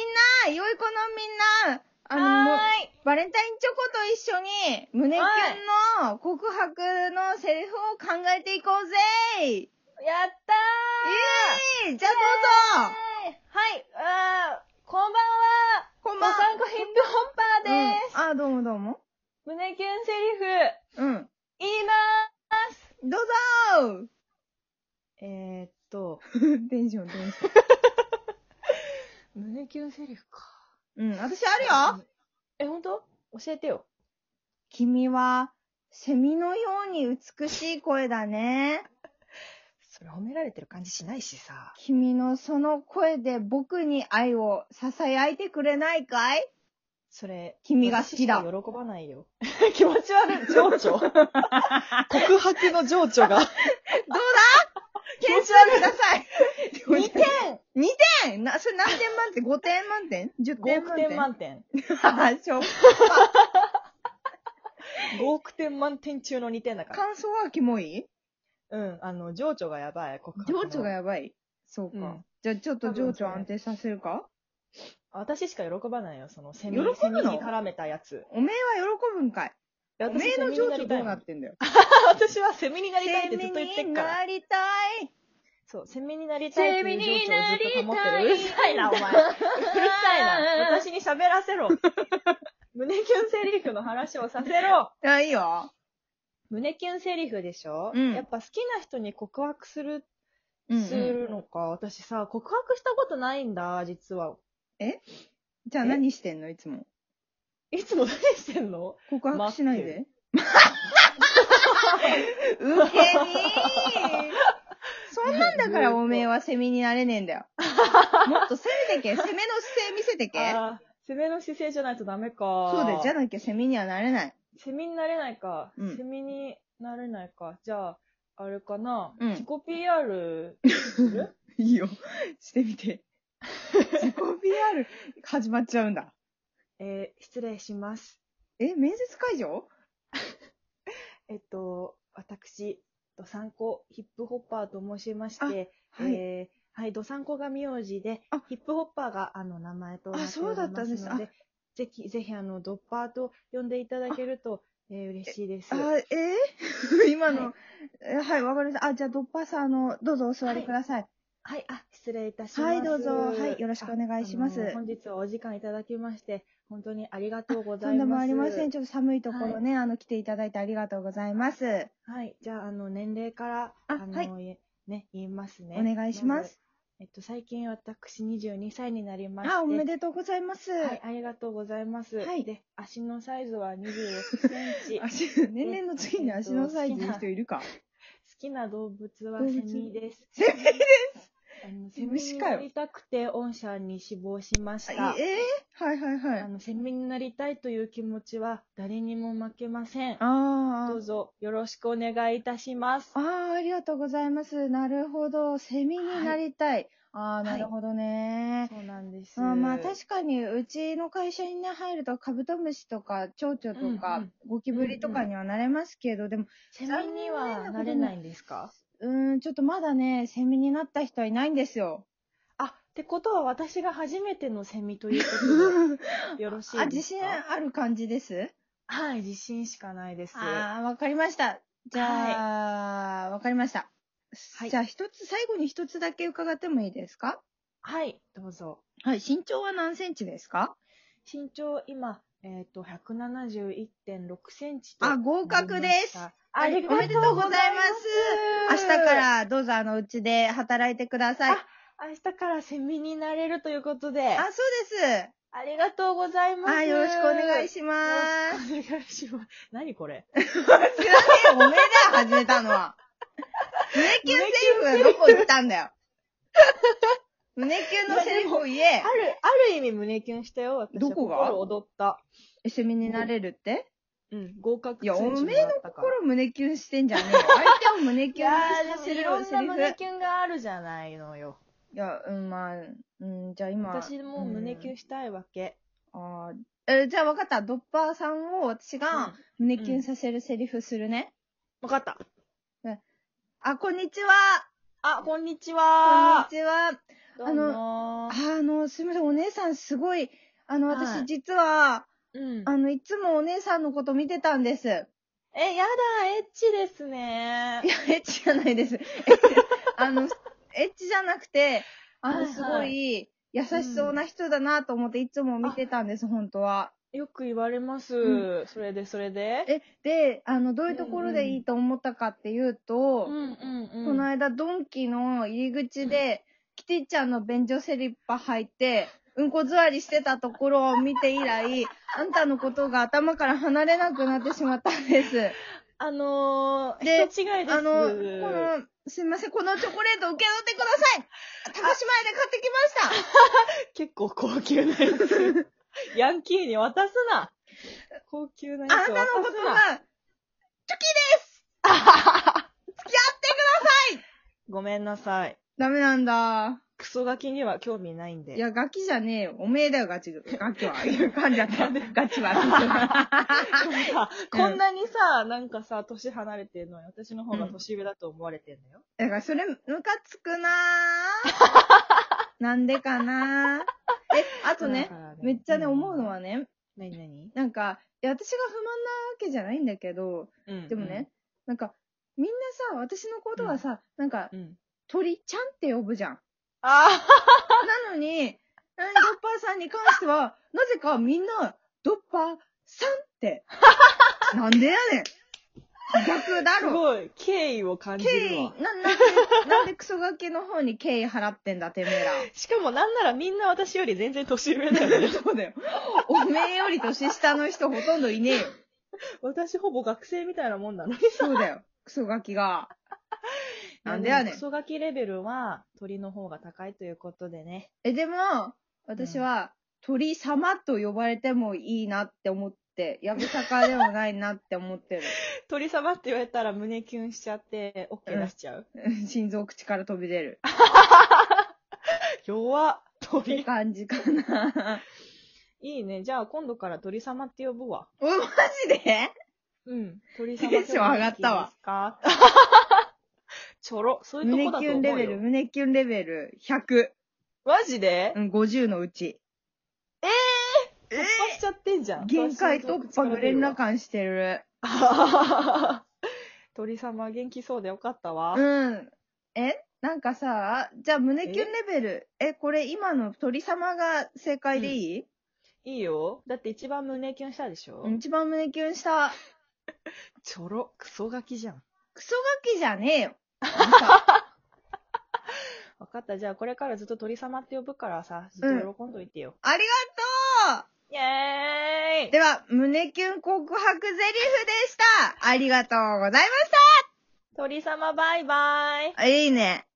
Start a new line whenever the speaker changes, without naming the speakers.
ョイコのみんな、あの、もう
はーい。
バレンタインチョコと一緒に、胸キュンの告白のセリフを考えていこうぜイ
やった
エーイじゃあ
ー
どうぞ
イエーイはい、あーこんばんは
こん
お
ばんは
さんこヒップホッパーです、
うんあ、どうもどうも。
胸キュンセリフ、
うん。
言いまーす
どうぞ
えー、っと、
テンションテンション。
胸キュンセリフか。
うん、私あるよ
え、ほんと教えてよ。
君は、セミのように美しい声だね。
それ褒められてる感じしないしさ。
君のその声で僕に愛を囁いてくれないかい
それ、
君が好きだ
私しか喜ばな いよ。気持ち悪い、情緒。 告白の情 緒が。気持ち悪い
ください。
2点
点な、それ何点満点 ?5 点満点 ?10 点
!5
満
億
点
点満点。
あ、そう。
5億点満点中の2点だから。
感想はキモい
うん、あの、情緒がやばい、告白の。
情緒がやばい。そうか。
うん
じゃあちょっと情緒安定させるか
私しか喜ばないよ、その、セミ、
喜ぶの
セミに絡めたやつ。
おめえは喜ぶんかい。
いや
おめえの
セミに
情
な
緒
り
ど
たいうもん
なってんだよ。
私はセミになりたいってずっと言ってっから。
りたい。
そう、セミになりたいっていう情緒をずっと保ってる。う
セミになりたい
るさいな、お前。うるさいな。私に喋らせ ろ。胸キュンセリフの話をさせろ。
あ、いいよ。
胸キュンセリフでしょ、
うん
やっぱ好きな人に告白する、
うん、うん
するのか。私さ、告白したことないんだ、実は。
じゃあ何してんのいつも。
いつも何してんの
告白しないで。ウケにーそんなんだから おめえはセミになれねえんだ よ。もっと攻めてけ。攻めの姿勢見せてけ。
あー攻めの姿勢じゃないとダメか。
そうだよ。じゃなきゃセミにはなれない。
セミになれないか。
うん
セミになれないか。じゃあ、あれかな。
うん
自己 PR する
いいよ。してみて。自己 PR 始まっちゃうんだ。
えー失礼します。
え、面接会場
えっと、私、ドサンコヒップホッパーと申しまして、
はい
えーはい、ドサンコが名字で
あ、
ヒップホッパーがあの名前となってお
あそうだ
り
った
ま
んですす
ので、ぜひ、ぜひ、あの、ドッパーと呼んでいただけると、えー嬉しいです。
あ
は、
え ー今の、えはい、わ、かりました。あ、じゃあ、ドッパーさん、あの、どうぞお座りください。
い、あ、失礼いたします。
はいどうぞはいよろしくお願いします
ああの本日はお時間いただきまして、本当にありがとうご
と
ざい
ん
ます。
でもありません。ちょっと寒いところね、あの、来ていただいてありがとうございます。
はい、じゃあ、あの、年齢から、
あ
あの、、
はい
ね、言いますね。
お願いします
ず。えっと、最近私22歳になりまして。
あ、おめでとうございます。
はい、ありがとうございます。
はい
で、足のサイズは26センチ。好
足、年齢の次に足のサイズの人いるか。
きな動物は
動
セ
物
ミです。
セミで
あのセミ
虫
に
かよ
なりたくて、御社に死亡しまし
えー
た。
はいはいは
あ
い。
の、セミになりたいという気持ちは誰にも負けません。
あ
どう
ー
ぞよろしくお願いいたします。
あー、ありがとうございます。なるほど。セミになりたい。ああ、なるほどね。
そうなんです。
あーまあ確かに、うちの会社にね、入るとカブトムシとか、蝶々とか、
うんうん
ゴキブリとかにはなれますけど、でも、
セミにはなれないんですか
うーん、ちょっとまだね、セミになった人はいないんですよ。
あ、ってことは私が初めてのセミということで、よろしいですか
あ、自信ある感じです
はい、自信しかないです。
ああ、わかりました。じゃあ、わ、かりました。
はい
じゃあ、一つ、最後に一つだけ伺ってもいいですか
はい、どうぞ。
はい、身長は何センチですか
身長、今、えっ、と、171.6センチと
あ、合格です。
なりました。
あ
あ
り
り
が
が
と
と
う
う
ございます
ございま
明
す。
日か。ら、どうぞ、あの、うちで働いてください。
明日からセミになれるということで、
あ、
あ
そうです。
りがとうございます。
あ、よろしくお願い
し
します。。
お願いします。何これ
知らねえよ、おめえだよ、始めたのは。胸キュンセリフはどこ行ったんだよ。胸キュンのセリフを 言
あ
え
る、、ある意味胸キュンしたよ。私は
どこが
心踊った。
一緒になれるって
うん、合格
いや
通知
おめ
も
え
らったから
心胸キュンしてんじゃねえ よ。相手を胸
い
キュン
や
さ
ー
せ
で
る
もいろん
セ
な
リフ。
胸キュンがあるじゃないのよ。
いや、うん、まあ、うん、じゃあ今。
私も胸キュンしたいわけ。
あーえーじゃあ分かった。ドッパーさんを私
うん
が胸キュンさせるセリフするね。
わかった。
あ、こんにちは。
あ、こんにち
こんに
は。
ちは。
どうも
あの、すみません、お姉さんすごい、あの、
はい
私実は、
うん
あの、いつもお姉さんのこと見てたんです。いや、
え、やだ、エッチですね。
エッチじゃないです。エッチあの、エッチじゃなくて、あ
はい
の、
はい
すごい優しそうな人だなと思っていつも見てたんです、本当は。
よく言われます。
う
それで、それで。
え、で、あの、どういうところでいいと思ったかっていうと、
うんうんうん。
この間、ドンキの入り口で、キティちゃんの便所セリッパ履いて、うんこ座りしてたところを見て以来、あんたのことが頭から離れなくなってしまったんです。
あのー、
で
人違いです。
あの、この、すいません、このチョコレート受け取ってください高島屋で買ってきまし
結構高級なやつ。ヤンキーに渡すな。高級なや
たあ
つ
な
を
た
渡
のこ
す
と
な。
が、チョキです
ごめんなさい。
ダメなんだ。
クソガキには興味ないんで。
い や、ガキじゃねえよ。おめえだよ、ガチ。ガキは。噛んじゃった。 ガチは。
でもさ
うん
こんなにさ、なんかさ、年離れてるのに、私の方が年上だと思われてんだよ。
だからそれ、ムカつくなぁ。なんでかなぁ。え、あとね、めっちゃね、思うのは
ね。
ね、
なになに
なんか、いや、私が不満なわけじゃないんだけど、でもね、、なんか、みんなさ、私のことはさ、なんか、
うんうんうん。
鳥ちゃんって呼ぶじゃん。
あ
なのに、うんドッパーさんに関しては、なぜかみんな、ドッパーさんって。なんでやねん。逆だ
あす
ろ。
ごい敬意を感じ
敬
る
意
わ。、
な、なんで、なんでクソガキの方に敬意払ってんだ、てめえら。
しかもなんならみんな私より全然年上だよね。
そうだよ。おめえより年下の人ほとんどいねえよ。
私ほぼ学生みたいなもんなのに
そうだよ。クソガキが。なんでやねん
ク。ソガキレベルは鳥の方が高いということでね。
え、でも、私は、鳥様と呼ばれてもいいなって思って、やぶさかではないなって思ってる。
鳥様って言われたら胸キュンしちゃって、オッケー出しちゃう。
うん 心臓口から飛び出る。
弱っ
って
鳥。
感じか な。
いいね。じゃあ今度から鳥様って呼ぶわ。
お、マジで
うん。鳥様
テンション上がったわ
ですか。ちょろ。そういうと
胸
こだと
キ
思う
ュ
よ。
ンレベル、胸キュンレベル100。
マジで
うん、50のうち。
突破しちゃってんじゃん。
限界突破の連絡感してる。
感。鳥様元気そうでよかったわ。
うん。えなんかさ、じゃあ胸キュンレベル。え、これ今の鳥様が正解でいい、
いいよ。だって一番胸キュンしたでしょ、
うん、一番胸キュンした。
ちょろ。クソガキじゃん。
クソガキじゃねえよ。 あんた
わかった。じゃあこれからずっと鳥様って呼ぶからさ、ずっと喜んどいてよ。
ありがと
イェー
う
イ
では、胸キュン告白ゼリフでしたありがとうございまし
鳥様バイバイ
たいいね。